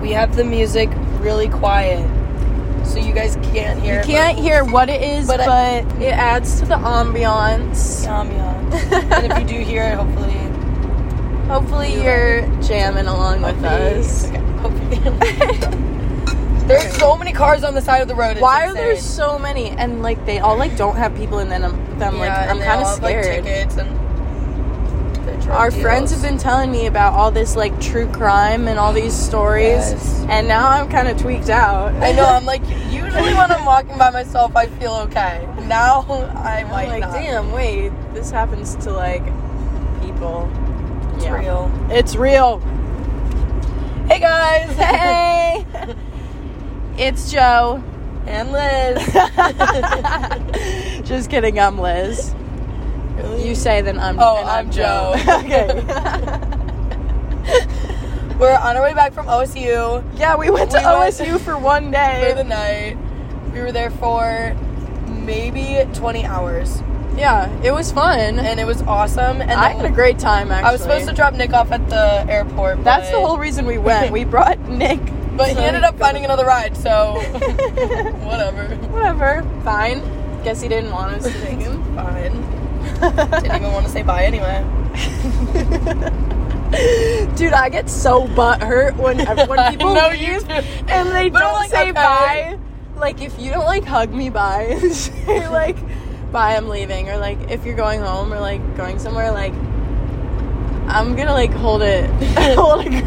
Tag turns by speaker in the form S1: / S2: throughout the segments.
S1: We have the music really quiet, so you guys can't hear.
S2: You
S1: it,
S2: can't hear what it is, but,
S1: But I-
S2: it adds to the ambiance.
S1: but ambiance. and if you do hear it, hopefully,
S2: Hopefully,
S1: You
S2: you're jamming along with
S1: hopefully-
S2: us.
S1: Okay, hopefully. There's so many cars on the side of the road. It's
S2: Why are there
S1: insane.
S2: so many? And like they all like don't have people in them. them like
S1: Yeah, and
S2: I'm
S1: they
S2: kind
S1: all
S2: of
S1: have, like,
S2: scared.
S1: tickets and their drug
S2: Our friends have
S1: deals.
S2: been telling me about all this like true crime and all these stories,
S1: Yes.
S2: and now I'm kind of tweaked out.
S1: I know. I'm like usually when I'm walking by myself, I feel okay. Now I
S2: I'm
S1: might
S2: like,
S1: not.
S2: damn, wait, this happens to like people.
S1: it's
S2: yeah.
S1: real.
S2: It's real.
S1: Hey guys.
S2: Hey, it's Joe.
S1: and Liz.
S2: Just kidding, I'm Liz. You say then I'm.
S1: Oh,
S2: and
S1: I'm Joe.
S2: okay.
S1: We're on our way back from OSU
S2: yeah, we went to
S1: We went-
S2: OSU for one
S1: for the
S2: day.
S1: night. We were there for maybe 20 hours,
S2: Yeah, it was fun.
S1: and it was awesome. And
S2: I
S1: then
S2: had a great time. Actually,
S1: I was supposed to drop Nick off at the airport.
S2: That's
S1: but-
S2: the whole reason we went. We brought Nick,
S1: But he
S2: so-
S1: ended up finding another ride, so whatever.
S2: Whatever. Fine. Guess he didn't want us to take him.
S1: Fine. Didn't even want to say bye anyway.
S2: Dude, I get so butthurt when when
S1: I
S2: people
S1: know you
S2: leave
S1: do.
S2: and they
S1: But I'm
S2: don't
S1: like,
S2: say
S1: okay.
S2: bye. Like if you don't like hug me bye and say like bye I'm leaving or like if you're going home or like going somewhere like I'm gonna like hold it hold it.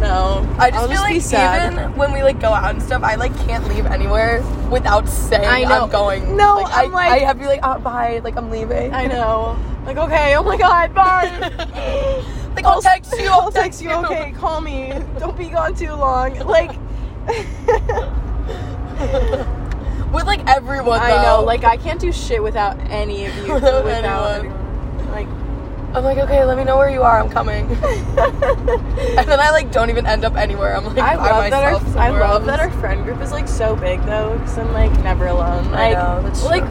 S2: no.
S1: I just
S2: I'll
S1: feel
S2: just
S1: like
S2: be sad.
S1: even when we like go out and stuff, I like can't leave anywhere without saying
S2: I know.
S1: am going.
S2: No,
S1: like,
S2: I'm
S1: I,
S2: like-
S1: I have to be like, oh, bye, like I'm leaving.
S2: I know. Like okay, oh my god, bye.
S1: like I'll text you. I'll,
S2: text you. Okay, call me. Don't be gone too long. Like,
S1: With like everyone.
S2: I know.
S1: though.
S2: Like, I can't do shit without any of you.
S1: Without
S2: without anyone.
S1: I'm like, okay, let me know where you are. I'm coming.
S2: Like,
S1: And then I like don't even end up anywhere. I'm like
S2: I
S1: by
S2: love that
S1: myself.
S2: our I
S1: somewhere
S2: love that
S1: else.
S2: our friend group is like so big though, because I'm like never alone.
S1: I
S2: Like,
S1: know, that's
S2: like,
S1: true.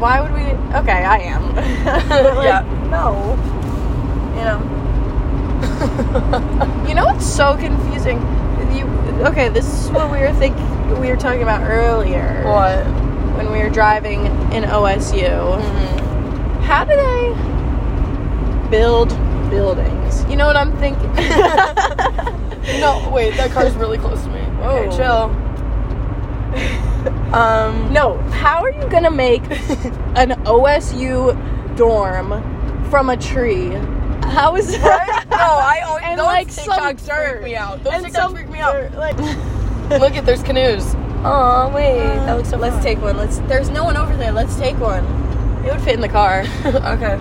S2: why would we? Okay, I am. But, like,
S1: Yeah.
S2: No. You know. You know what's so confusing? You okay? This is what we were think we were talking about earlier
S1: what?
S2: when we were driving in OSU.
S1: Mm-hmm.
S2: How do they build buildings? You know what I'm thinking?
S1: No, wait, that car's really close to me. Okay,
S2: Whoa.
S1: chill. Um,
S2: no. How are you gonna make an OSU dorm from a tree? How is
S1: Right?
S2: that?
S1: No, I always
S2: and
S1: those
S2: like some
S1: TikToks
S2: dirt.
S1: freak me out. Those
S2: and
S1: TikToks
S2: some
S1: freak me out.
S2: dirt, Like,
S1: Look at there's canoes.
S2: oh wait,
S1: that looks so
S2: Let's
S1: fun.
S2: take one. Let's. There's no one over there. Let's take one. It would fit in the car.
S1: okay,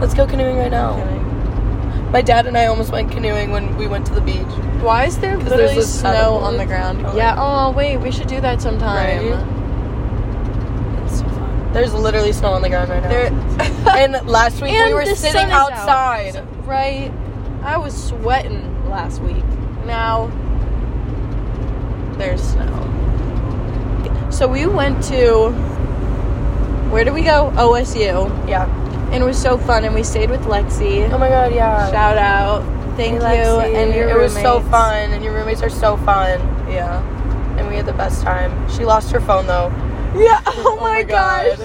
S1: let's go canoeing right now. My dad and I almost went canoeing when we went to the beach.
S2: Why is there
S1: 'Cause
S2: literally
S1: there's a
S2: snow
S1: paddle board.
S2: on the ground?
S1: Oh,
S2: yeah. Oh wait, we should do that sometime.
S1: Right? It's so fun. There's literally snow on the ground right now.
S2: There,
S1: and last week we
S2: And
S1: were
S2: the
S1: sitting
S2: sun is out.
S1: outside.
S2: right? I was sweating last week. Now there's snow. So we went to where did we go? OSU,
S1: Yeah.
S2: and it was so fun. And we stayed with Lexi.
S1: Oh my god. Yeah.
S2: Shout out, thank
S1: Hey,
S2: you.
S1: Lexi.
S2: And your
S1: it was so
S2: roommates.
S1: fun, and your roommates are so fun,
S2: Yeah.
S1: and we had the best time. She lost her phone though.
S2: Yeah. Oh,
S1: Oh my
S2: my gosh.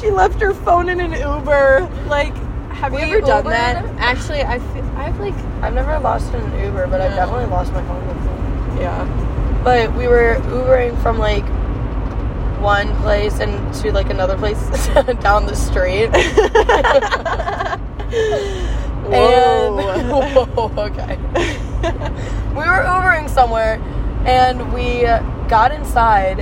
S2: She left her phone in an Uber. Like, have
S1: We
S2: you ever done
S1: Ubered?
S2: that? Actually, I feel, I've like
S1: I've never lost in an Uber, but I've
S2: No.
S1: definitely lost my phone before.
S2: yeah.
S1: But we were Ubering from like one place and to like another place down the street. And
S2: Whoa.
S1: Whoa, okay. We were Ubering somewhere and we got inside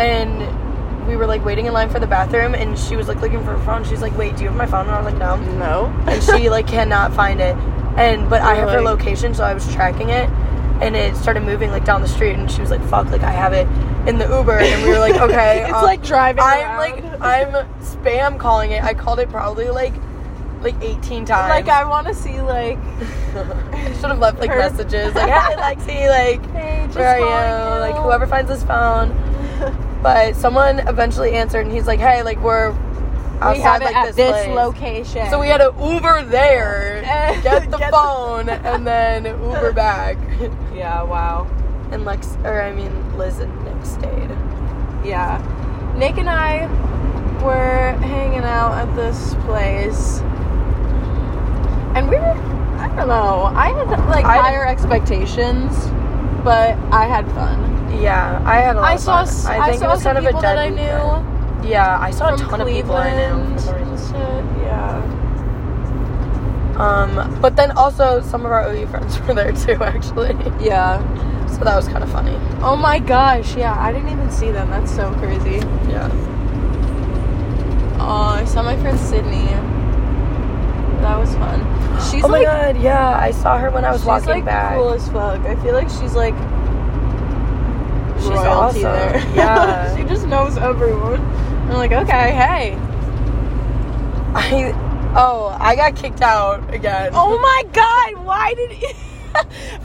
S1: and we were like waiting in line for the bathroom and she was like looking for her phone. She's like, Wait, do you have my phone? And I was like, No
S2: no.
S1: and she like cannot find it. And but I have her
S2: Really?
S1: location, so I was tracking it, and it started moving like down the street, and she was like, "Fuck!" Like I have it in the Uber, and we were like, "Okay."
S2: it's
S1: um,
S2: like driving.
S1: I'm
S2: around.
S1: like I'm spam calling it. I called it probably like like 18 times.
S2: like I want to see like
S1: should have left like
S2: her-
S1: messages like, "Hey Lexi, like
S2: hey, just
S1: where are you?
S2: calling
S1: Like whoever finds this phone." But someone eventually answered, and he's like, "Hey, like we're outside
S2: we have it
S1: like
S2: at
S1: this,
S2: this
S1: place."
S2: location.
S1: So we had an Uber there.
S2: And
S1: Get the
S2: Get the-
S1: phone and then Uber back.
S2: Yeah, wow.
S1: And Lex, or I mean Liz and Nick stayed.
S2: Yeah. Nick and I were hanging out at this place. And we were, I don't know, I had like
S1: I-
S2: higher expectations, but I had fun.
S1: Yeah, I had a lot
S2: I
S1: of
S2: saw,
S1: fun.
S2: s- I, saw some people that I knew.
S1: weekend. Yeah, I saw a
S2: from
S1: ton of people I knew.
S2: Cleveland
S1: for some
S2: and
S1: reason.
S2: shit, Yeah.
S1: Um, but then also some of our OU friends were there too, actually.
S2: Yeah.
S1: So that was kind of funny.
S2: Oh my gosh. Yeah. I didn't even see them. That's so crazy.
S1: Yeah.
S2: Oh, I saw my friend Sydney. That was fun. She's
S1: oh my
S2: like,
S1: god, yeah, I saw her when I was
S2: she's
S1: walking
S2: like
S1: back.
S2: cool as fuck. I feel like she's like,
S1: She's
S2: royalty
S1: awesome.
S2: there.
S1: Yeah.
S2: she just knows everyone. I'm like, okay, hey.
S1: I oh, I got kicked out again.
S2: Oh my god, why did it?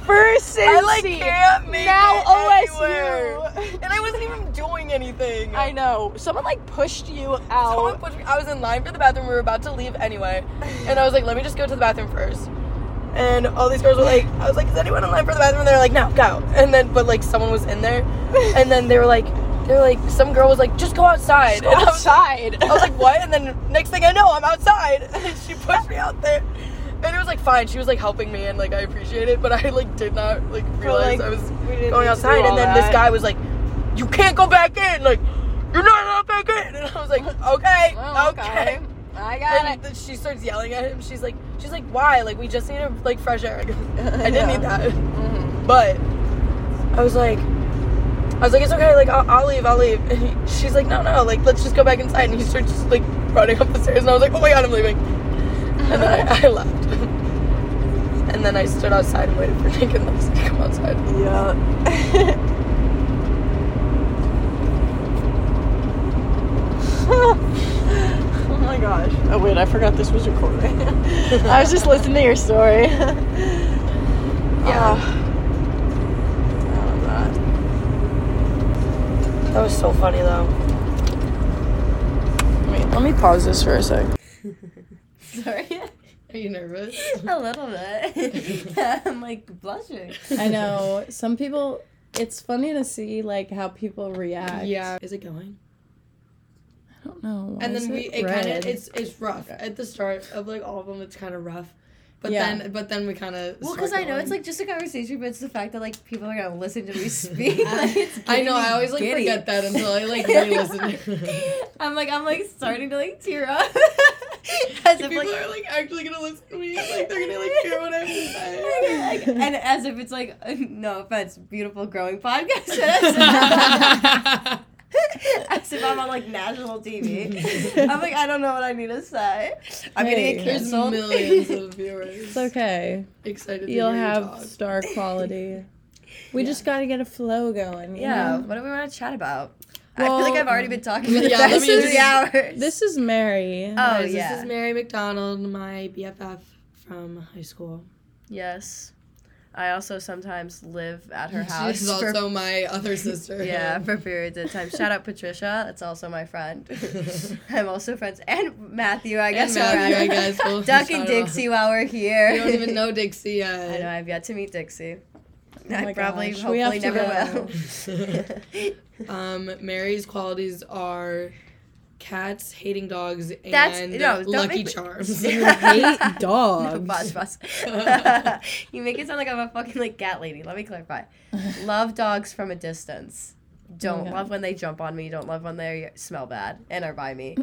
S2: First,
S1: I like can't make
S2: now
S1: it anywhere.
S2: OSU.
S1: And I wasn't even doing anything.
S2: I know. Someone like pushed you out.
S1: Someone pushed me. I was in line for the bathroom. We were about to leave anyway, and I was like, "Let me just go to the bathroom first. And all these girls were like, "I was like, is anyone in line for the bathroom?" And they're like, "No, go." And then, but like someone was in there, and then they were like, they were like, some girl was like, "Just go outside." And I was-
S2: outside.
S1: I was like, what? And then next thing I know, I'm outside. And she pushed me out there. And it was like fine. She was like helping me, and like I appreciate it. But I like did not like realize I was going outside. And then this guy was like, "You can't go back in. Like, you're not allowed back in." And I was like, "Okay,
S2: Oh,
S1: okay."
S2: okay. I got
S1: And then she starts yelling at him. She's like, "She's like, why? Like, we just need a, like fresh air." I go,
S2: it.
S1: I didn't need that.
S2: Mhm.
S1: But I was like, I was like, it's okay, like, I'll, I'll leave, I'll leave. And he, she's like, no, no, like, let's just go back inside. And he starts just, like, running up the stairs. And I was like, oh my god, I'm leaving. And then I, I left. and then I stood outside and waited for Nick and Lex to come outside.
S2: Yeah. oh my gosh. Oh wait, I forgot this was recording. I was just listening to your story. yeah.
S1: That was so funny, though.
S2: Wait, let me pause this for a sec.
S3: Sorry,
S1: Are you nervous?
S3: a little bit. I'm like blushing.
S2: I know some people. It's funny to see like how people react.
S1: Is it going?
S2: I don't know.
S1: and then we it kind of it's it's rough at the start of like all of them it's kind of rough but
S2: Yeah.
S1: then but then we kind of
S3: Well, because I know it's like just a conversation, but it's the fact that like people are gonna listen to me speak. like, it's
S1: I know
S3: getting me
S1: I always like
S3: giddy.
S1: forget that until I like re-listen
S3: I'm like I'm like starting to like tear up. as if
S1: people
S3: like,
S1: are like actually gonna listen to me. Like they're gonna like hear what I have to say.
S3: like, and as if it's like uh, no offense, beautiful growing podcast. as if I'm on like national TV. I'm like I don't know what I need to say. I'm
S2: Hey.
S3: gonna get
S1: There's
S3: canceled.
S1: millions of viewers
S2: okay.
S1: excited. To
S2: You'll
S1: hear you
S2: have
S1: talk.
S2: star quality. We
S3: Yeah.
S2: just got to get a flow going.
S1: Mm-hmm.
S2: you
S3: Yeah,
S2: know?
S3: what do we want to chat about? I
S2: Well,
S3: feel like I've already been talking for the
S1: yeah, let
S3: past
S1: me
S3: three
S1: just-
S3: hours.
S2: This is Mary.
S3: Oh,
S1: Guys, This
S3: yeah.
S1: is Mary McDonald, my BFF from high school.
S3: yes. I also sometimes live at her house.
S1: She's
S3: for-
S1: also my other sister.
S3: Uh, yeah, for periods of time. Shout out Patricia. That's also my friend. I'm also friends. And Matthew, I guess. we're
S1: Matthew,
S3: at-
S1: I guess. We'll
S3: Duck
S1: shout
S3: and
S1: out.
S3: Dixie while we're here.
S1: I don't even know Dixie
S3: I
S1: yet.
S3: know, I've yet to meet Dixie.
S2: Oh
S3: I
S2: my
S3: probably,
S2: gosh, we
S3: hopefully,
S2: have to
S3: never
S2: go.
S3: will.
S1: Um, Mary's qualities are cats, hating dogs, and
S3: That's- no, don't
S1: lucky
S3: make me-
S1: charms.
S2: You hate dogs.
S3: No, boss, boss. you make it sound like I'm a fucking like cat lady. Let me clarify. Love dogs from a distance. Don't
S2: Okay.
S3: love when they jump on me. Don't love when they smell bad and are by me.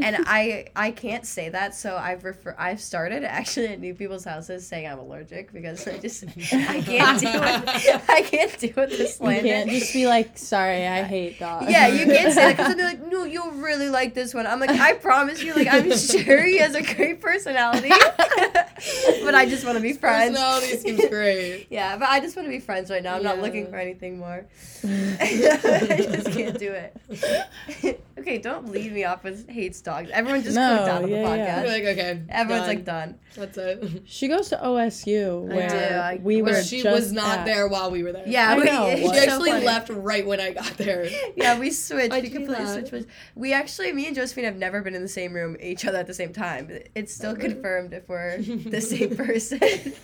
S3: and I I can't say that, so I've refer I've started actually at new people's houses saying I'm allergic because I just I can't do it. I can't do it this
S2: You
S3: slander.
S2: can't just be like, sorry, I hate dogs.
S3: Yeah, you can't say that because they're like, no, you'll really like this one. I'm like, I promise you, like, I'm sure he has a great personality, but I just want to be friends.
S1: Personality seems great.
S3: yeah, but I just want to be friends right now. I'm not
S1: Yeah.
S3: looking for anything more. I just can't do it. okay, okay, don't lead me off with hates dogs. Everyone just
S2: No,
S3: clicked out of the
S2: yeah, yeah.
S3: podcast.
S1: You're like, okay.
S3: Everyone's
S1: done.
S3: like done.
S1: that's it.
S2: She goes to OSU
S3: I
S2: where
S3: do, I-
S2: we
S3: But
S2: were.
S1: But she
S2: just
S1: was not
S2: at.
S1: there while we were there.
S3: Yeah,
S2: I
S3: we,
S2: know,
S3: it's
S1: She
S2: what?
S3: so
S1: actually
S3: funny.
S1: left right when I got there.
S3: Yeah, we switched.
S1: I
S3: we
S1: do
S3: completely
S1: that.
S3: switched. pos- We actually, me and Josephine have never been in the same room each other at the same time. It's still
S1: Ever.
S3: confirmed if we're the same person.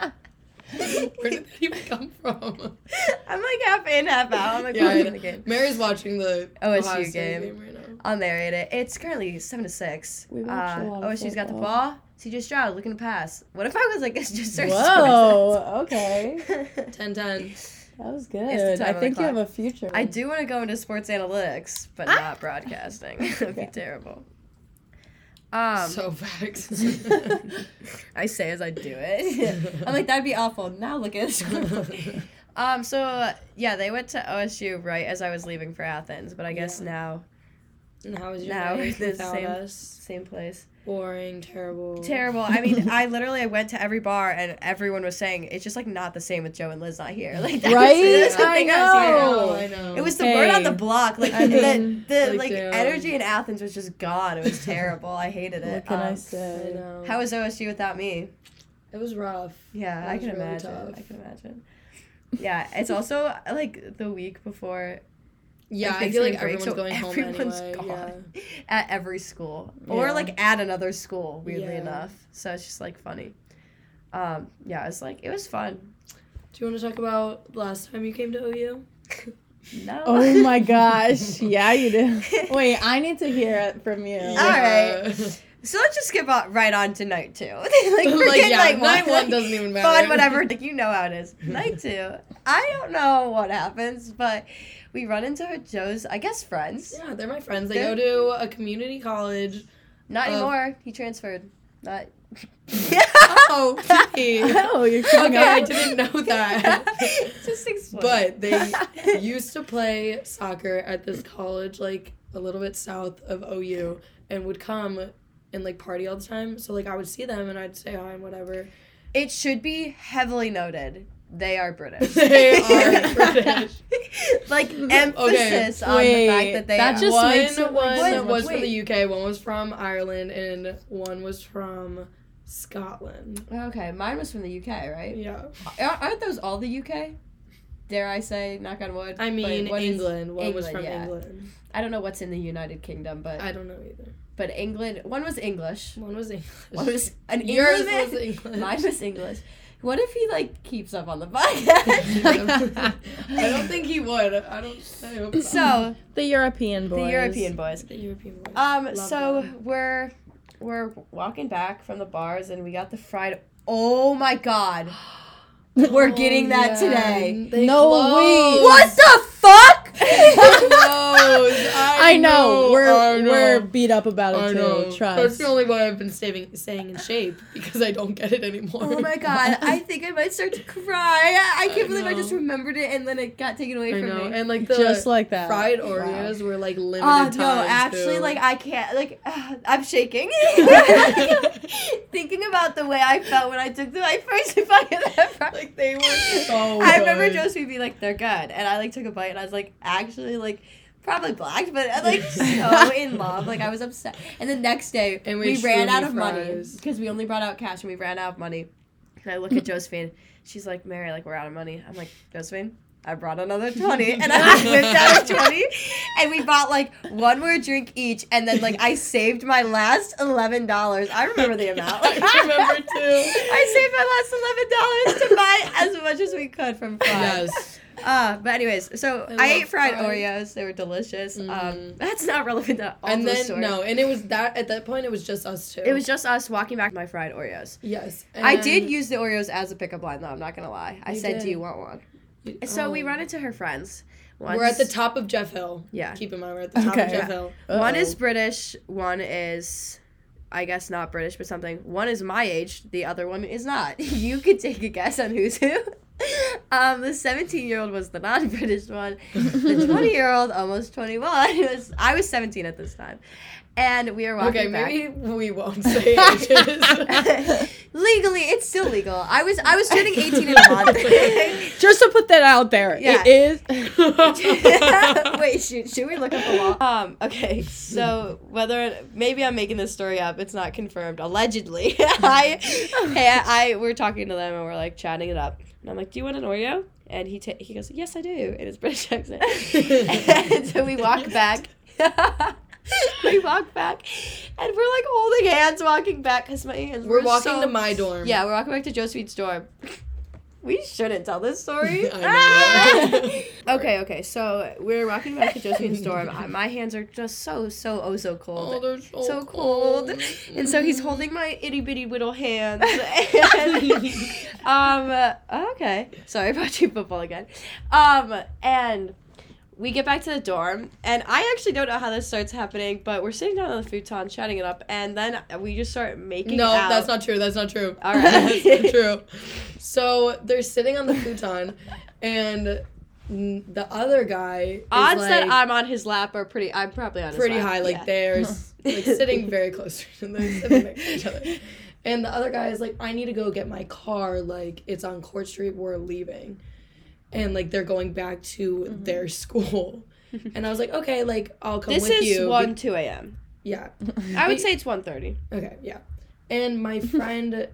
S1: Where did that even come from?
S3: I'm like half in, half out. I'm like,
S1: Yeah, I
S3: yeah, in
S1: know.
S3: the game.
S1: Mary's watching the
S3: OSU
S1: Ohio State
S3: game.
S1: right now.
S3: I'm there at it. It's currently seven to six.
S2: We watch
S3: uh,
S2: a lot
S3: oh,
S2: of
S3: she's got the
S2: football.
S3: ball. CJ Stroud looking to pass. What if I was like, it's just her
S2: Whoa. Okay.
S1: Ten ten.
S2: That was good.
S3: It's the time
S2: I
S3: on the
S2: think you have
S3: clock.
S2: a future.
S3: I do want to go into sports analytics, but not broadcasting. It would be
S2: Okay.
S3: terrible. Um,
S1: so facts.
S3: I say as I do it. I'm like, that'd be awful. Now look at this. um, so uh, yeah, they went to OSU right as I was leaving for Athens, but I guess now
S1: and how was your
S3: Now
S1: day
S3: we're the
S1: without
S3: same.
S1: us?
S3: same place.
S1: Boring, terrible.
S3: Terrible. I mean, I literally I went to every bar and everyone was saying it's just like not the same with Joe and Liz not here. Like that was-
S2: Right?
S3: that's the
S2: I
S3: thing
S1: I
S3: was hearing.
S1: know.
S2: Oh.
S1: I know.
S3: It was the word on the
S2: Hey.
S3: block. Like
S2: I
S3: the,
S2: mean,
S3: the
S1: like,
S3: like
S1: damn.
S3: energy in Athens was just gone. It was terrible. I hated it.
S2: What can I
S3: Um,
S1: I
S2: say?
S1: know.
S3: How was OSU without me?
S1: it was rough.
S3: Yeah,
S1: That
S3: I
S1: was
S3: can
S1: really
S3: imagine.
S1: tough.
S3: I can imagine. Yeah, it's also like the week before
S1: Yeah,
S3: Like,
S1: I feel like
S3: Thanksgiving break,
S1: everyone's
S3: so
S1: going
S3: everyone's
S1: home anyway.
S3: gone. at every school or
S1: Yeah.
S3: like at another school, weirdly
S1: Yeah.
S3: enough. So it's just like funny. Um, yeah, it's like it was fun.
S1: Yeah. Do you want to talk about last time you came to OU?
S3: No.
S2: Oh my gosh. Yeah, you do. Wait, I need to hear it from you.
S3: Yeah. So let's just skip on, right on to night two. like forget
S1: like yeah,
S3: night one.
S1: night one doesn't even matter.
S3: Fun, whatever. Like, you know how it is. Night two. I don't know what happens, but we run into Joe's, I guess, friends.
S1: Yeah, they're my friends. They
S3: They're-
S1: go to a community college.
S3: Not
S1: Uh,
S3: anymore. He transferred. Not.
S1: Oh, pee.
S2: Oh, you're coming
S1: okay, I
S2: up.
S1: didn't know that.
S3: just explain.
S1: but they used to play soccer at this college, like a little bit south of OU, and would come and like party all the time. So like I would see them and I'd say hi and whatever.
S3: it should be heavily noted they are British.
S1: They are British.
S3: like emphasis on
S2: Wait,
S3: the fact that they
S2: that
S3: are.
S2: just
S1: one
S2: makes it, like,
S1: one
S3: so much-
S1: was from the UK, one was from Ireland, and one was from Scotland.
S3: okay, mine was from the UK, right?
S1: Yeah,
S3: Aren't aren't those all the UK? Dare I say, knock on wood.
S1: I
S3: but
S1: mean
S3: what is-
S1: England. one was
S3: England,
S1: from
S3: yeah.
S1: England.
S3: I don't know what's in the United Kingdom, but
S1: I don't know either.
S3: but England. One was English.
S1: One was English.
S3: One was an
S1: Yours
S3: Englishman.
S1: was English.
S3: Mine was English. What if he like keeps up on the podcast?
S1: I don't think he would. I don't. I hope not.
S3: so
S2: The European boys.
S3: the European boys.
S1: the European boys.
S3: Um.
S1: Love
S3: so
S1: them.
S3: we're we're walking back from the bars, and we got the fried. Oh my god. We're getting that today.
S1: They
S2: No way.
S3: Oh, What the fuck?
S1: Closed. Oh, I,
S2: I know. We're
S1: I know.
S2: we're beat up about
S1: I
S2: it
S1: know.
S2: too.
S1: That's
S2: Trust.
S1: the only one I've been saving, saying in shape because I don't get it anymore.
S3: Oh my god, I think I might start to cry. I can't
S1: I
S3: believe I just
S1: know.
S3: remembered it and then it got taken away
S1: I
S3: from
S1: know.
S3: me.
S1: And like the
S2: Just like that.
S1: fried Oreos were like limited
S3: Oh
S1: time.
S3: no, actually,
S1: too.
S3: like I can't. Like I'm shaking. Thinking about the way I felt when I took the, my first bite of that fry.
S1: like they were so.
S3: I remember
S1: good.
S3: Josephine being like, "They're good," and I like took a bite and I was like, actually, like probably black, but uh, like so in love. Like I was upset. And the next day,
S1: And we
S3: we,
S1: had
S3: ran
S1: shroomy
S3: out of money
S1: fries.
S3: because we only brought out cash and we ran out of money. And I look at Josephine. She's like, "Mary, like we're out of money." I'm like, "Josephine." I brought another 20 and I whipped out a 20 and we bought like one more drink each and then like I saved my last $11. I remember the amount.
S1: I remember too.
S3: I saved my last eleven dollars to buy as much as we could from Fry.
S1: Yes.
S3: Uh, but anyways, so I,
S1: love
S3: ate fried
S1: Fry.
S3: Oreos. They were delicious. Um,
S1: Mhm.
S3: that's not relevant to all
S1: And
S3: the
S1: then
S3: story.
S1: no, and it was that at that point it was just us two.
S3: It was just us walking back to my fried Oreos.
S1: yes.
S3: I
S1: and-
S3: did use the Oreos as a pickup line, though. I'm not gonna lie. I
S1: You
S3: said, "Do
S1: did.
S3: you want one?"
S1: You-
S3: So we
S1: oh.
S3: run into her friends. Once.
S1: We're at the top of Jeff Hill.
S3: Yeah.
S1: Keep in mind we're at the top
S2: Okay.
S1: of Jeff
S2: Yeah.
S1: Hill.
S3: One is British. One is, I guess, not British, but something. One is my age. The other one is not. You could take a guess on who's who. Um, the 17 year old was the non British one. The 20 year old, almost 21, was I was 17 at this time. And we were walking
S1: Okay,
S3: back.
S1: maybe we won't say ages.
S3: Legally, it's still legal. I was I was turning 18 in a month.
S2: Just to put that out there,
S3: Yeah.
S2: it is.
S3: Wait, shoot, should we look up the law? Um, okay, so whether maybe I'm making this story up, it's not confirmed. Allegedly, I, I, I, we're talking to them and we're like chatting it up, and I'm like, "Do you want an Oreo?" And he ta- he goes, "Yes, I do," in his British accent. and so we walk back. we walk back, and we're like holding hands, walking back because my hands.
S1: We're
S3: were
S1: walking
S3: so-
S1: to my dorm.
S3: Yeah, we're walking back to Josephine's dorm. We shouldn't tell this story.
S1: I know, right?
S3: okay, okay. So we're walking back to Josephine's dorm. I- My hands are just so, so, oh, so
S1: Oh,
S3: cold.
S1: they're so,
S3: so cold.
S1: cold.
S3: And so he's holding my itty bitty little hands. And, um, uh, okay. Sorry about you football again. Um, and we get back to the dorm, and I actually don't know how this starts happening, but we're sitting down on the futon chatting it up, and then we just start making
S1: No,
S3: out.
S1: that's not true. That's not true.
S3: All
S1: that's
S3: right.
S1: not true. So they're sitting on the futon, and n- the other guy is
S3: odds
S1: like,
S3: that I'm on his lap are pretty. I'm probably on his
S1: pretty
S3: lap,
S1: high. Like
S3: yeah.
S1: they're s- like sitting very close to they're sitting next to each other. And the other guy is like, I need to go get my car. Like it's on Court Street. We're leaving, and like they're going back to their school. And I was like, okay, like I'll come
S3: Mm-hmm. This
S1: with
S3: is
S1: you.
S3: one two a.m.
S1: yeah.
S3: I would say it's 1.30.
S1: Okay, yeah. And my friend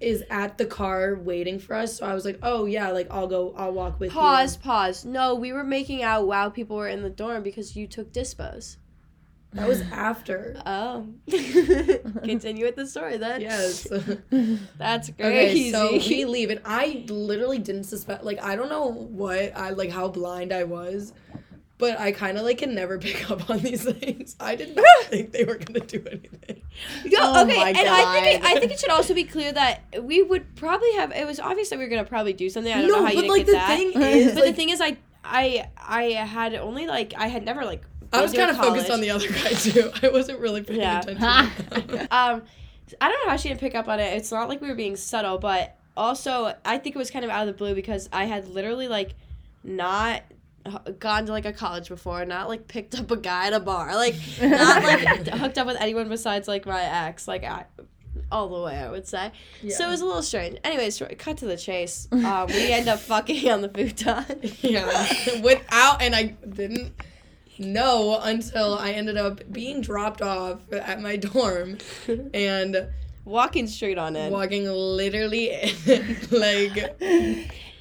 S1: is at the car waiting for us, so I was like, "Oh yeah, like I'll go, I'll walk with
S3: Pause, pause. No, we were making out while people were in the dorm because you took dispos.
S1: you." That was after.
S3: Oh, continue with the story then.
S1: Yes.
S3: that's crazy.
S1: okay, so we leave, and I literally didn't suspect. Like I don't know what I like how blind I was, but I kind of like can never pick up on these things. I did not think they were gonna do anything.
S3: Yo,
S2: Oh
S3: okay,
S2: my
S3: and I think it,
S2: God.
S3: I think it should also be clear that we would probably have. It was obvious that we were gonna probably do something. I don't know
S1: no,
S3: how you
S1: but
S3: didn't
S1: like
S3: get
S1: the
S3: that.
S1: thing is,
S3: but the
S1: like,
S3: thing is, I I I had only like I had never like.
S1: I was
S3: been
S1: kind
S3: to
S1: of focused on
S3: college.
S1: the other guy too. I wasn't really paying
S3: Yeah.
S1: attention.
S3: Um, I don't know how she didn't pick up on it. It's not like we were being subtle, but also I think it was kind of out of the blue because I had literally like not h- gone to like a college before, not like picked up a guy at a bar, like not like hooked up with anyone besides like my ex, like I, all the way I would say. So it was a little strange. Anyways, short- cut to the chase. Um, we end up fucking on the futon.
S1: Yeah, without, and I didn't know until I ended up being dropped off at my dorm and
S3: Walking straight on in.
S1: walking literally in, like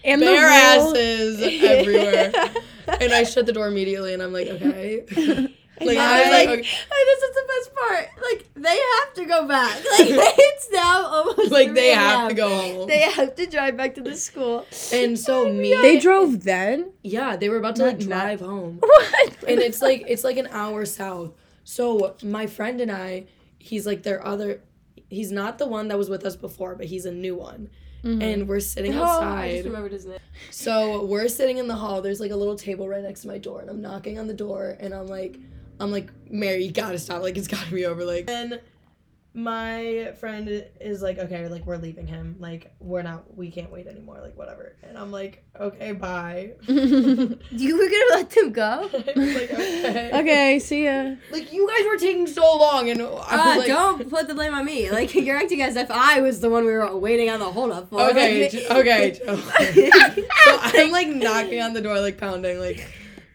S2: And the
S1: bare
S2: rule,
S1: asses everywhere. And I shut the door immediately, and I'm like, okay. Like,
S3: Yeah,
S1: I,
S3: they're
S1: like,
S3: like,
S1: okay.
S3: "Hey, this is the best part. Like they have to go back. Like it's now almost
S1: like they
S3: 3
S1: have to
S3: a.m..
S1: go home.
S3: They have to drive back to the school.
S1: And so me,
S2: they drove then.
S1: yeah, they were about to like
S2: Not- not-
S1: drive home.
S2: What?
S1: and it's like it's like an hour south. So my friend and I, he's like their other. He's not the one that was with us before, but he's a new one. And we're sitting outside.
S3: Oh, remembered his name.
S1: so we're sitting in the hall. There's like a little table right next to my door, and I'm knocking on the door, and I'm like, I'm like, Mary, you gotta stop. Like it's gotta be over. Like. And my friend is like, okay, like we're leaving him. Like we're not. We can't wait anymore. Like whatever. And I'm like, okay, bye.
S3: You were gonna let them go?
S1: like okay.
S2: Okay, see ya.
S1: Like you guys were taking so long, and I was
S3: Uh,
S1: like,
S3: don't put the blame on me. Like you're acting as if I was the one we were waiting on the holdup for.
S1: okay, j- okay. Joe. so I'm like knocking on the door, like pounding, like,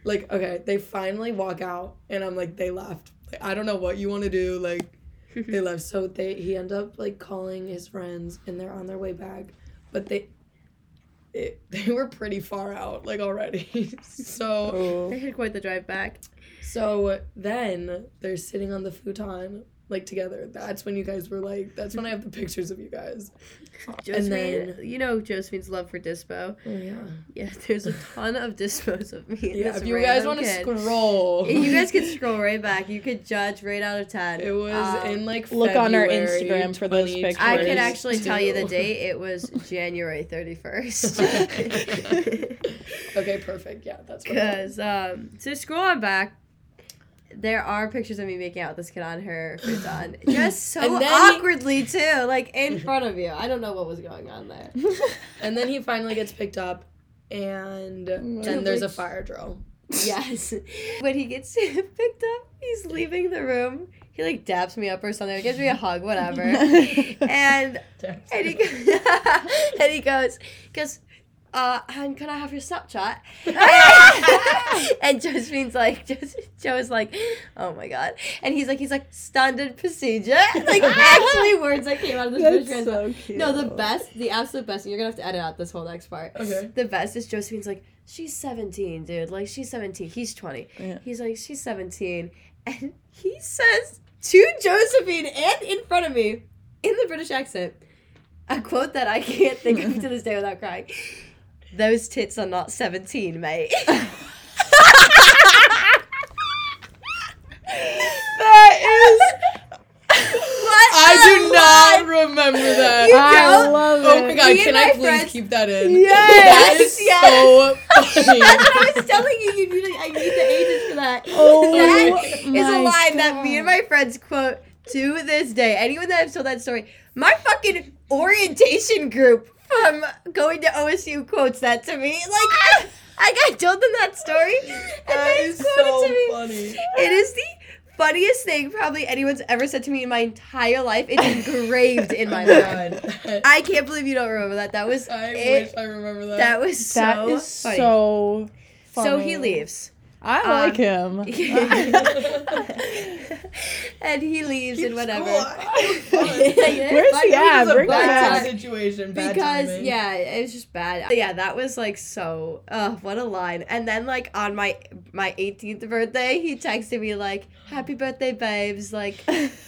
S1: like okay. They finally walk out, and I'm like, they left. Like, I don't know what you want to do. Like they left, so they he ends up like calling his friends, and they're on their way back, but they. It, they were pretty far out, like already. so,
S3: They had quite the drive back.
S1: So then they're sitting on the futon, like together. That's when you guys were like, that's when I have the pictures of you guys.
S3: Josephine,
S1: then-
S3: you know Josephine's love for dispo.
S1: Oh, yeah.
S3: Yeah, there's a ton of dispos of me.
S1: Yeah, if you guys want to scroll.
S3: you guys can scroll right back. You could judge right out of ten.
S1: It was
S3: Um,
S1: in like
S2: Look on our
S1: February
S2: Instagram for those
S1: 2022.
S2: pictures.
S3: I could actually tell you the
S1: Two.
S3: date. It was January 31st.
S1: Okay, perfect. Yeah, that's what it
S3: Because, um, so scroll on back. There are pictures of me making out with this kid on her futon. Just so
S1: And then-
S3: awkwardly, too. Like, in front of you. I don't know what was going on there.
S1: was. And then he finally gets picked up,
S4: and
S2: Oh,
S4: then there's a
S3: which-
S4: fire drill.
S3: Yes. when he gets picked up, he's leaving the room. He like daps me up or something, gives me a hug, whatever. and and he go- and he goes, goes, uh, and can I have your Snapchat? and Josephine's like, Jos- Joe's like, oh my god. And he's like, he's like, standard procedure. Like actually words that came out of this picture.
S2: so cute.
S3: No, the best, the absolute best. You're gonna have to edit out this whole next part.
S4: Okay.
S3: The best is Josephine's like, she's 17, dude. Like, she's 17. He's 20.
S2: Yeah.
S3: He's like, she's 17. And he says to Josephine and in front of me, in the British accent, a quote that I can't think of to this day without crying. Those tits are not 17, mate.
S2: That is.
S3: What
S4: I do not remember that.
S3: You
S2: I
S3: don't?
S2: love
S4: Oh my
S2: it.
S4: god,
S3: Me and
S4: can
S3: my
S4: I please
S3: friends-
S4: keep that in?
S2: Yes,
S4: that is
S3: yes.
S4: so funny.
S3: I was telling you, you need, I need the ages for that.
S2: Oh
S3: that is a
S2: my
S3: line that me and my friends quote to this day. Anyone that I've told that story, my fucking orientation group from going to OSU quotes that to me. Like, I got told them that story, and
S4: that
S3: they
S4: is
S3: quoted to
S4: so
S3: me.
S4: funny.
S3: It is the funniest thing probably anyone's ever said to me in my entire life. It's engraved in my mind.
S4: God.
S3: I can't believe you don't remember that. That was
S4: I
S3: it.
S4: wish I remember that.
S3: That was so
S2: That is
S3: funny.
S2: so. Funny.
S3: So he leaves.
S2: I
S3: Um,
S2: like him.
S3: and he leaves and whatever.
S2: Where's he at?
S4: It's a
S2: Bring him
S3: back.
S4: bad
S2: back.
S4: situation. Bad eh?
S3: because
S4: timing.
S3: yeah, it was just bad. Yeah, that was like so. Uh, what a line! And then like on my my 18th birthday, he texted me like, "Happy birthday, babes! Like,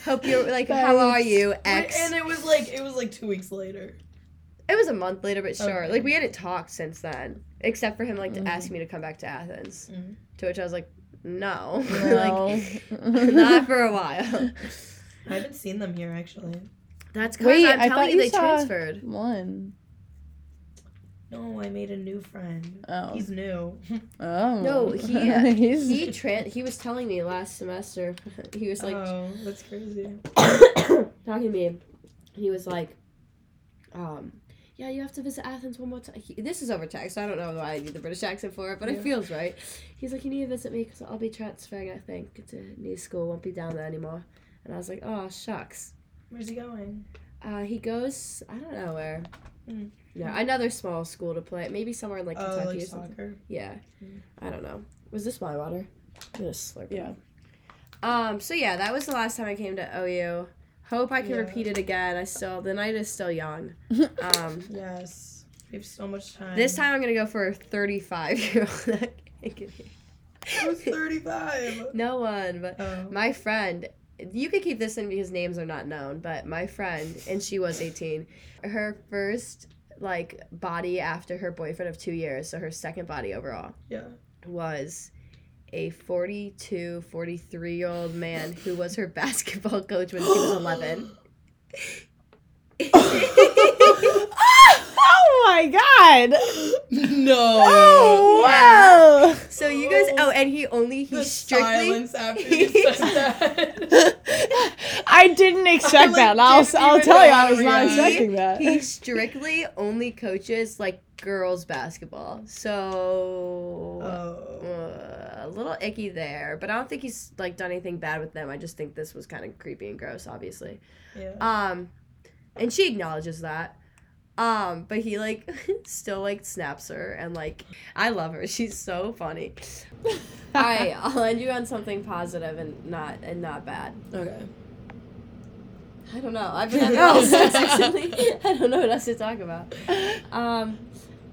S3: hope you're like, how are
S2: Babes.
S3: you,
S4: Wait,
S3: ex?"
S4: and it was like it was like two weeks later.
S3: It was a month later, but sure.
S4: Okay.
S3: Like we hadn't talked since then, except for him like to
S2: Mm-hmm.
S4: Mhm.
S3: ask me to come back to Athens,
S4: Mhm.
S3: to which I was like, "No,
S2: No.
S3: like, not for a while."
S4: I haven't seen them here actually.
S3: That's
S2: Wait,
S3: because I'm
S2: I thought
S3: telling you
S2: you
S3: they
S2: saw-
S3: transferred.
S2: One.
S4: No, I made a new friend.
S2: Oh.
S4: He's new.
S2: oh.
S3: No, he-
S2: He's.
S3: He tran- he was telling me last semester. he was like
S4: oh, that's crazy.
S3: talking to me. and He was like, um, yeah, you have to visit Athens one more time. He- this is over text. I don't know why I need the British accent for it, but
S4: Yeah.
S3: it feels right. He's like, you need to visit me because I'll be transferring. I think to new school. Won't be down there anymore. And I was like, oh shucks.
S4: Where's he going?
S3: Uh, he goes. I don't know where.
S4: Mm.
S3: Yeah, another small school to play. Maybe somewhere in like
S4: Oh,
S3: Kentucky
S4: like
S3: or something.
S4: soccer.
S3: Yeah.
S4: Mm.
S3: I don't know. Was this my water? I'm gonna slurp it.
S2: Yeah.
S3: Um, so yeah, that was the last time I came to OU. Hope I can
S4: Yeah.
S3: repeat it again. I still the night is still young. Um
S4: Yes. We have so much time.
S3: this time I'm gonna go for a thirty five year old.
S4: I was 35.
S3: no one, but
S4: Oh.
S3: my friend you could keep this in because names are not known, but my friend, and she was 18, her first like body after her boyfriend of two years, so her second body overall.
S4: Yeah.
S3: was a 42, 43 year old man who was her basketball coach when she was 11.
S2: oh my god.
S4: No.
S2: Oh wow.
S3: so you guys, oh, and he only, he
S4: The
S3: strictly.
S4: silence after you said that.
S2: I didn't expect
S4: like,
S2: that. I'll
S4: didn't
S2: I'll
S4: even
S2: tell you,
S4: know
S2: I
S4: how
S2: was
S4: to
S2: not
S4: react.
S2: expecting that.
S3: He strictly only coaches like girls basketball. So
S4: oh.
S3: uh, a little icky there, but I don't think he's like done anything bad with them. I just think this was kind of creepy and gross, obviously.
S4: Yeah.
S3: Um, and she acknowledges that. Um, but he like still like snaps her and like I love her. She's so funny. All right, I'll end you on something positive and not and not bad.
S4: Okay.
S3: I don't know. I've been having all sorts recently. I don't know what else to talk about. Um,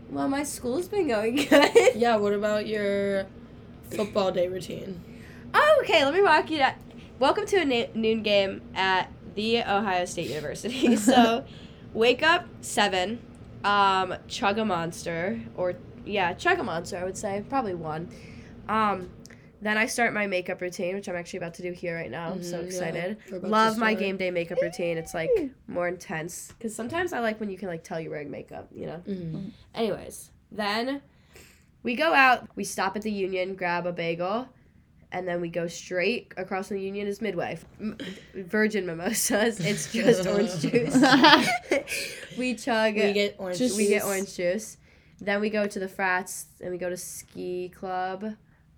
S3: well, my school's been going good.
S4: Yeah, what about your football day routine?
S3: oh, okay. Let me walk you. down. Welcome to a no- noon game at the Ohio State University. So. Wake up seven, um, chug a monster or yeah, chug a monster. I would say probably one. Um, then I start my makeup routine, which I'm actually about to do here right now. I'm so
S4: Mhm, yeah.
S3: excited.
S4: We're about to
S3: Love my
S4: start.
S3: game day makeup routine. It's like more intense because sometimes I like when you can like tell you're wearing makeup. You know.
S4: Mm.
S3: Anyways, then we go out. We stop at the Union, grab a bagel. And then we go straight across from the Union is Midway. M- Virgin mimosas. It's just orange juice we chug.
S4: We get orange.
S2: Just-
S3: we
S4: juice.
S3: get orange juice, Then we go to the frats and we go to ski club,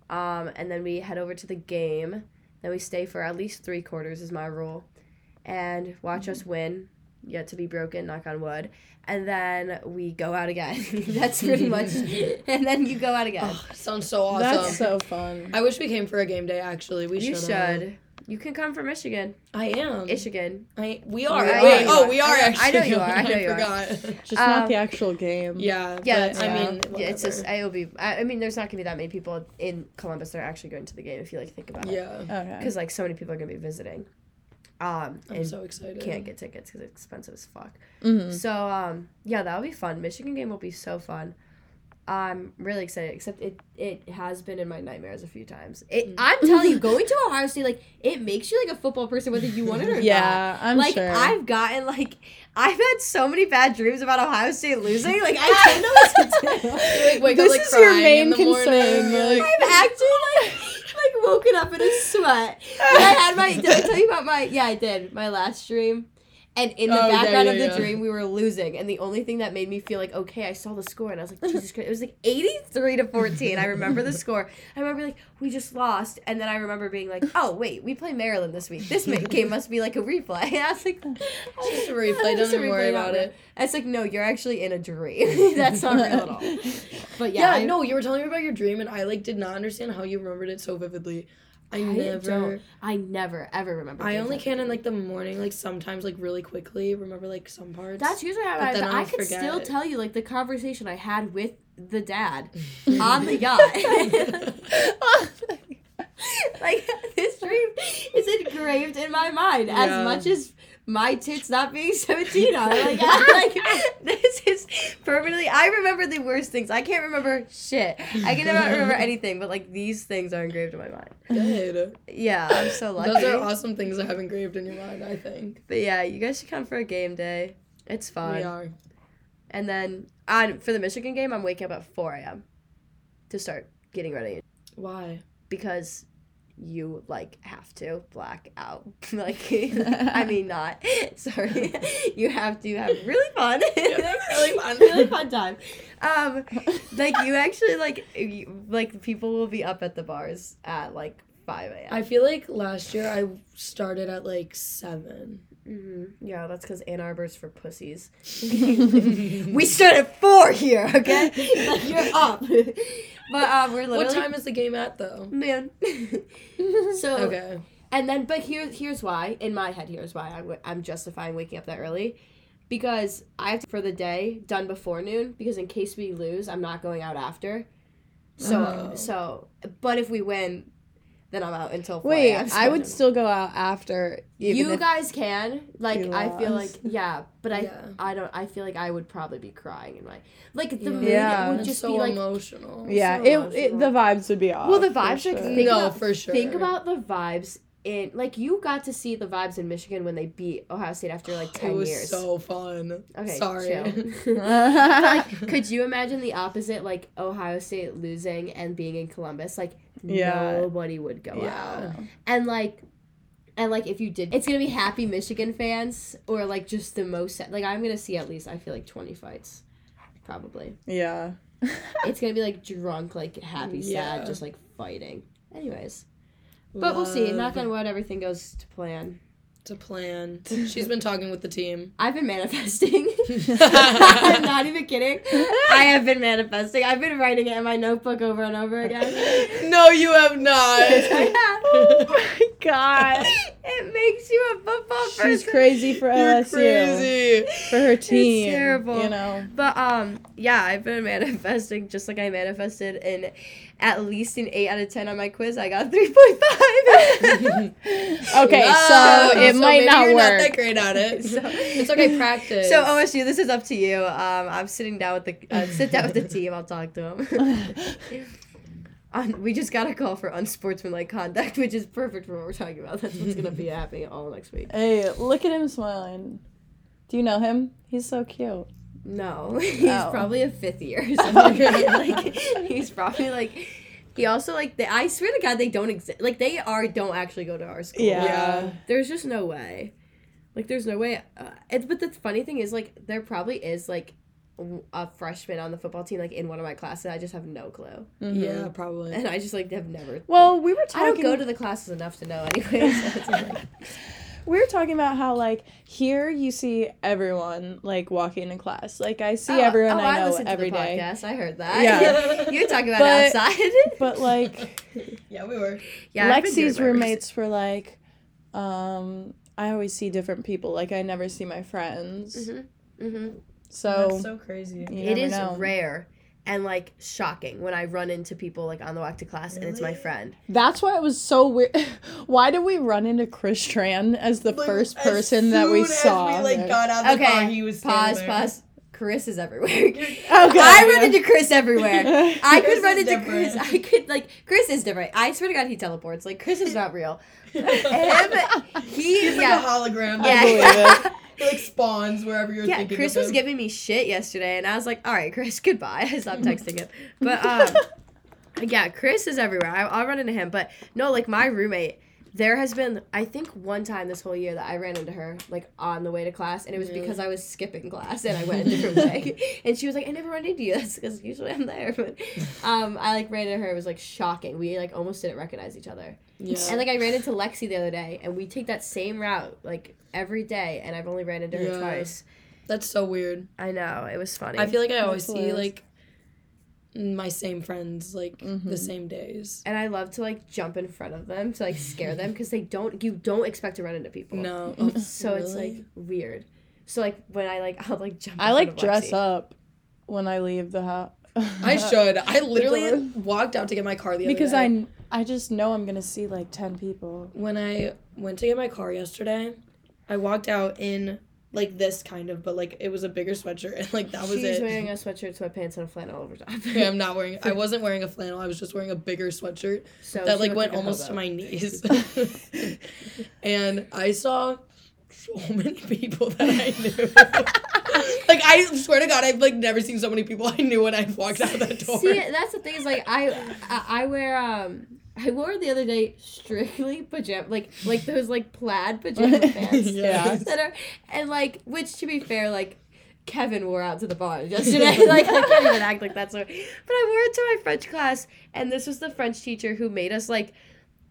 S3: um, and then we head over to the game. Then we stay for at least three quarters is my rule, and watch us
S4: Mm-hmm.
S3: win. Yet to be broken, knock on wood. And then we go out again. That's pretty much. and then you go out
S4: Oh,
S3: again.
S4: Sounds so awesome.
S2: That's so fun.
S4: I wish we came for a game day. Actually, we
S3: you
S4: should.
S3: should. You can come from Michigan.
S4: I am.
S3: Michigan.
S4: I, we are.
S3: Yeah,
S4: Wait,
S3: you
S4: oh,
S3: are.
S4: we are
S3: I know-
S4: actually.
S3: I know you are, I know you are.
S4: I forgot.
S2: Just
S3: Um,
S2: not the actual game.
S4: Yeah.
S3: Yeah,
S4: but,
S3: that's
S4: I
S2: fine.
S4: mean,
S3: Yeah, it's just
S4: whatever.
S3: it'll be. I, I mean, there's not gonna be that many people in Columbus that are actually going to the game if you like think about it,
S4: Yeah.
S2: Okay.
S3: because like so many people are gonna be visiting. Um,
S4: I'm
S3: and
S4: so excited.
S3: can't get tickets because it's expensive as fuck.
S2: hmm
S3: So um, yeah, that'll be fun. Michigan game will be so fun. I'm really excited. Except it it has been in my nightmares a few times. It, I'm telling you, going to Ohio State like it makes you like a football person whether you want it or not
S2: Yeah, I'm
S3: like
S2: sure.
S3: I've gotten like I've had so many bad dreams about Ohio State losing. Like I don't know what to do.
S4: Like, wake
S2: This
S4: up, like,
S2: is your
S4: crying
S2: main
S4: in the
S2: concern,
S4: Morning.
S2: like-
S3: I've actually like like woken up in a sweat. And I had my did I tell you about my yeah I did my last dream. And in the
S4: Oh, yeah,
S3: background
S4: yeah,
S3: of the
S4: yeah.
S3: dream, we were losing, and the only thing that made me feel like okay, I saw the score, and I was like, Jesus Christ, it was like eighty-three to fourteen. I remember the score. I remember like we just lost, and then I remember being like, oh wait, we play Maryland this week. This ma- game must be like a replay. And I was like,
S4: Just a replay.
S3: Just a
S4: Don't even worry
S3: replay,
S4: about
S3: not
S4: it.
S3: It's like, no, you're actually in a dream. That's not real at all. But yeah,
S4: Yeah,
S3: I-
S4: no, you were telling me about your dream, and I like did not understand how you remembered it so vividly. I, never.
S3: don't. I never ever remember.
S4: I
S3: things
S4: only
S3: like
S4: can
S3: that.
S4: in like the morning, like sometimes, like really quickly. Remember like some parts.
S3: That's usually how
S4: But
S3: I.
S4: then
S3: I
S4: I'll
S3: could
S4: forget
S3: still
S4: it.
S3: tell you like the conversation I had with the dad on the yacht. like this dream is engraved in my mind
S4: Yeah.
S3: as much as my tits not being 17 are like, I, like this is permanently i remember the worst things i can't remember shit i can never remember anything but like these things are engraved in my mind
S4: good.
S3: yeah i'm so lucky
S4: Those are awesome things to have engraved in your mind. I think
S3: but yeah you guys should come for a game day it's
S4: we
S3: fun
S4: are.
S3: and then on for the michigan game i'm waking up at 4 a.m to start getting ready
S4: Why?
S3: because you like have to black out like i mean not sorry you have to have really fun
S4: really fun.
S3: really fun time um like you actually like you, like people will be up at the bars at like 5 a.m
S4: I feel like last year I started at like seven.
S3: Mhm. yeah that's because ann arbor's for pussies we start at four here okay like you're up but um we're literally
S4: What time is the game at though?
S3: man so
S4: Okay.
S3: And then, but here, here's why. In my head, here's why I'm, I'm justifying waking up that early, because I have to for the day done before noon. Because in case we lose, I'm not going out after. So,
S4: Oh.
S3: so, but if we win, then I'm out until. 4
S2: Wait,
S3: a.m., so
S2: I would
S3: don't know.
S2: still go out after. Even
S3: You
S2: if-
S3: guys can like.
S2: you
S3: I feel like
S2: lost.
S3: yeah, but I
S4: Yeah.
S3: I don't. I feel like I would probably be crying in my like the
S4: Yeah.
S3: mood
S2: Yeah.
S3: would
S4: It's
S3: just
S4: so
S3: be like.
S4: emotional.
S2: yeah,
S3: so
S2: it, it the
S3: emotional.
S2: vibes would be off.
S3: Well, the
S2: for
S3: vibes like
S2: sure.
S3: think
S4: No,
S3: about,
S4: for sure.
S3: Think about the vibes in like you got to see the vibes in Michigan when they beat Ohio State after like ten
S4: it was
S3: years.
S4: so fun.
S3: Okay,
S4: Sorry.
S3: chill. Could you imagine the opposite, like Ohio State losing and being in Columbus? Like
S2: Yeah.
S3: nobody would go out.
S4: yeah.
S3: And like, and like if you did, it's gonna be happy Michigan fans or like just the most. Like I'm gonna see at least I feel like twenty fights, probably.
S2: yeah.
S3: It's gonna be like drunk, like happy,
S4: Yeah.
S3: sad, just like fighting. Anyways, but we'll see. Knock on wood, everything goes to plan.
S4: to plan. She's been talking with the team.
S3: I've been manifesting. I'm not even kidding. I have been manifesting. I've been writing it in my notebook over and over again.
S4: no, you have not.
S3: I have.
S2: my God,
S3: it makes you a football
S2: she's
S3: person.
S2: crazy for
S4: You're
S2: LSU
S4: crazy.
S2: for her team.
S3: terrible.
S2: You know,
S3: But um, yeah, I've been manifesting just like I manifested in at least an eight out of ten on my quiz. I got three point five.
S2: okay,
S4: Oh,
S2: so it might
S4: maybe
S2: not
S4: you're
S2: work.
S4: Not that great at it.
S3: So-
S4: it's okay. Practice.
S3: So OSU, this is up to you. Um, I'm sitting down with the uh, sit down with the team. I'll talk to them. Un- we just got a call for unsportsmanlike conduct, which is perfect for what we're talking about. That's what's gonna be happening all next week.
S2: hey, look at him smiling. Do you know him? He's so cute.
S3: No, he's
S2: Oh.
S3: probably a fifth year. Or something. like, he's probably like. He also like they, I swear to God they don't exist. Like they are don't actually go to our school.
S2: Yeah.
S3: There's just no way. Like there's no way. Uh, it's but the funny thing is like there probably is like a freshman on the football team like in one of my classes. I just have no clue,
S4: Yeah, probably.
S3: and I just like have never.
S2: Mm-hmm. Well, we were talking.
S3: I don't go to the classes enough to know anyway. so it's like-
S2: we were talking about how like here you see everyone like walking in class. Like I see everyone
S3: oh,
S2: I know
S3: listened
S2: every
S3: to the
S2: day.
S3: podcast. I heard that.
S4: Yeah.
S3: you talk about
S2: But-
S3: outside.
S2: But like
S4: yeah, we were.
S3: yeah, I've been doing
S2: Lexi's
S3: my research.
S2: roommates were like, um, I always see different people. Like I never see my friends.
S3: Mhm.
S2: So,
S4: That's so crazy.
S2: you
S3: It
S2: never
S3: is
S2: know.
S3: rare and like shocking when I run into people like on the walk to class and it's my friend.
S2: That's why it was so weird. why did we run into Chris Tran as the
S4: Like,
S2: first
S4: as
S2: person that we
S4: soon as
S2: saw?
S4: we like
S2: there?
S4: got out of the
S3: Okay,
S4: car, he was standing
S3: Pause,
S4: there.
S3: pause. Chris is everywhere.
S2: Okay,
S3: I run
S2: yeah.
S3: into Chris everywhere. I
S4: Chris
S3: could run
S4: is
S3: into Chris.
S4: different.
S3: I could like Chris is different. I swear to God, he teleports. Like Chris is not real. Him, he
S4: He's like a
S3: yeah.
S4: hologram.
S2: I
S3: Yeah.
S2: believe it.
S4: He like spawns wherever you're
S3: Yeah,
S4: thinking.
S3: Chris
S4: of
S3: was
S4: him.
S3: giving me shit yesterday, and I was like, "All right, Chris, goodbye." I stopped texting him, but um, yeah, Chris is everywhere. I, I'll run into him, but no, like my roommate. There has been, I think, one time this whole year that I ran into her like on the way to class, and it was because I was skipping class and I went a different way. And she was like, "I never run into you." That's because usually I'm there, but um, I like ran into her. It was like shocking. We like almost didn't recognize each other.
S4: Yeah.
S3: And like I ran into Lexi the other day, and we take that same route like every day, and I've only ran into her
S4: Yeah.
S3: twice.
S4: That's so weird.
S3: I know it was funny.
S4: I feel like I always see
S2: hilarious. Mm-hmm.
S4: like my same friends like the same days.
S3: and I love to like jump in front of them to like scare them because they don't you don't expect to run into people.
S4: No.
S3: So it's like weird. So like when I like I'll like jump.
S2: I
S3: in
S2: like
S3: front of
S2: dress
S3: Lexi.
S2: up when I leave the house.
S4: I should. I literally
S2: Adorable.
S4: walked out to get my car the other
S2: because
S4: day.
S2: I I just know I'm gonna see like ten people.
S4: when I went to get my car yesterday, I walked out in like this kind of, but like it was a bigger sweatshirt and like that was
S3: She's
S4: it.
S3: wearing a sweatshirt, sweatpants, and a flannel over top.
S4: Okay, I'm not wearing. I wasn't wearing a flannel. I was just wearing a bigger sweatshirt
S3: so
S4: that
S3: she
S4: like
S3: looked
S4: went
S3: a
S4: almost to
S3: hobo.
S4: my knees. and I saw so many people that I knew. like I swear to God, I've like never seen so many people I knew when I walked out that door.
S3: See, that's the thing is like I, I I wear um I wore the other day strictly pajama like like those like plaid pajama pants
S4: Yeah.
S3: that are and like which to be fair like Kevin wore out to the bar yesterday like I can't even act like that's what but I wore it to my French class and this was the French teacher who made us like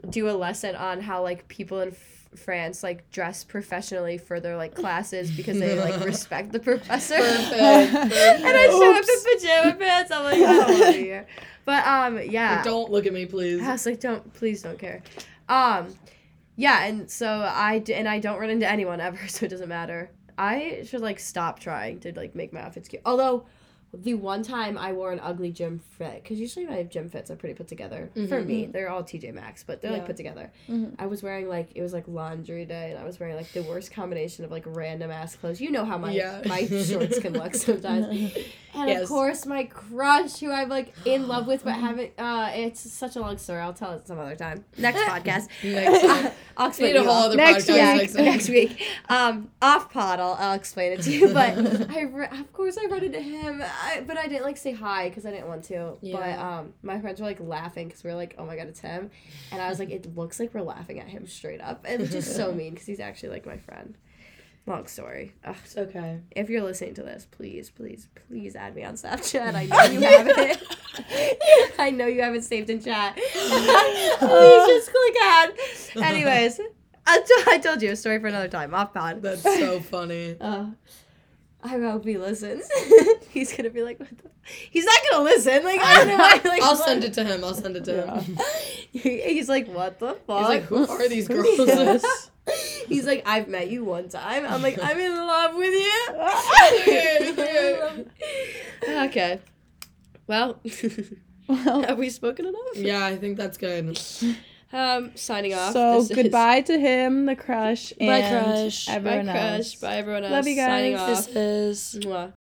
S3: do a lesson on how like people in F- France like dress professionally for their like classes because they like respect the professor and I show up in pajama pants. I'm like, I don't want to be here. But um, yeah.
S4: Don't look at me, please.
S3: I was like, don't, please don't care. Um, yeah, and so I d- and I don't run into anyone ever, so it doesn't matter. I should like stop trying to like make my outfits cute. Although, the one time I wore an ugly gym fit, because usually my gym fits are pretty put together for me. They're all TJ Maxx, but they're like
S4: Mm-hmm, Yeah. Mm-hmm.
S3: put together. I was wearing like it was like laundry day, and I was wearing like the worst combination of like random ass clothes. You know how my
S4: Yeah.
S3: my shorts can look sometimes. And
S4: Yes.
S3: of course, my crush, who I'm like in love with, but haven't. Uh, it's such a long story. I'll tell it some other time. Next podcast.
S4: Next time.
S3: I'll
S4: We
S3: explain.
S4: need a
S3: to you
S4: whole
S3: all.
S4: other
S2: Next
S4: podcast.
S3: yeah,
S4: Next
S3: next,
S4: time.
S3: week. Um, off pod, I'll, I'll explain it to you. But I, re- of course, I read it to him. I, but I didn't like say hi because I didn't want to. But
S4: Yeah.
S3: um, my friends were like laughing because we were like, "Oh my god, it's him," and I was like, "It looks like we're laughing at him straight up," and it's just so mean because he's actually like my friend. Long story. Ugh,
S4: It's okay.
S3: if you're listening to this, please, please, please add me on Snapchat. I know you haven't. I know you haven't saved in chat. please just click add. Anyways, I t- I told you a story for another time. Off pod.
S4: That's so funny.
S3: Oh, I hope he listens. He's gonna be like, what the? He's not gonna listen. Like I don't know why. Like
S4: I'll send it to him. I'll send it to him. He's
S3: He's like, what the fuck?
S4: like, who are these girls?
S3: He's like, I've met you one time. I'm like, I'm in love with you. okay. Well,
S2: Well,
S3: have we spoken enough?
S4: yeah, I think that's good.
S3: Um, signing off.
S2: so
S3: This is
S2: goodbye to him, the crush, and
S4: crush. Bye,
S2: everyone
S3: Bye, crush.
S2: else.
S3: Bye, everyone else.
S2: Love you guys.
S3: Signing off.
S4: This is.
S3: Mwah.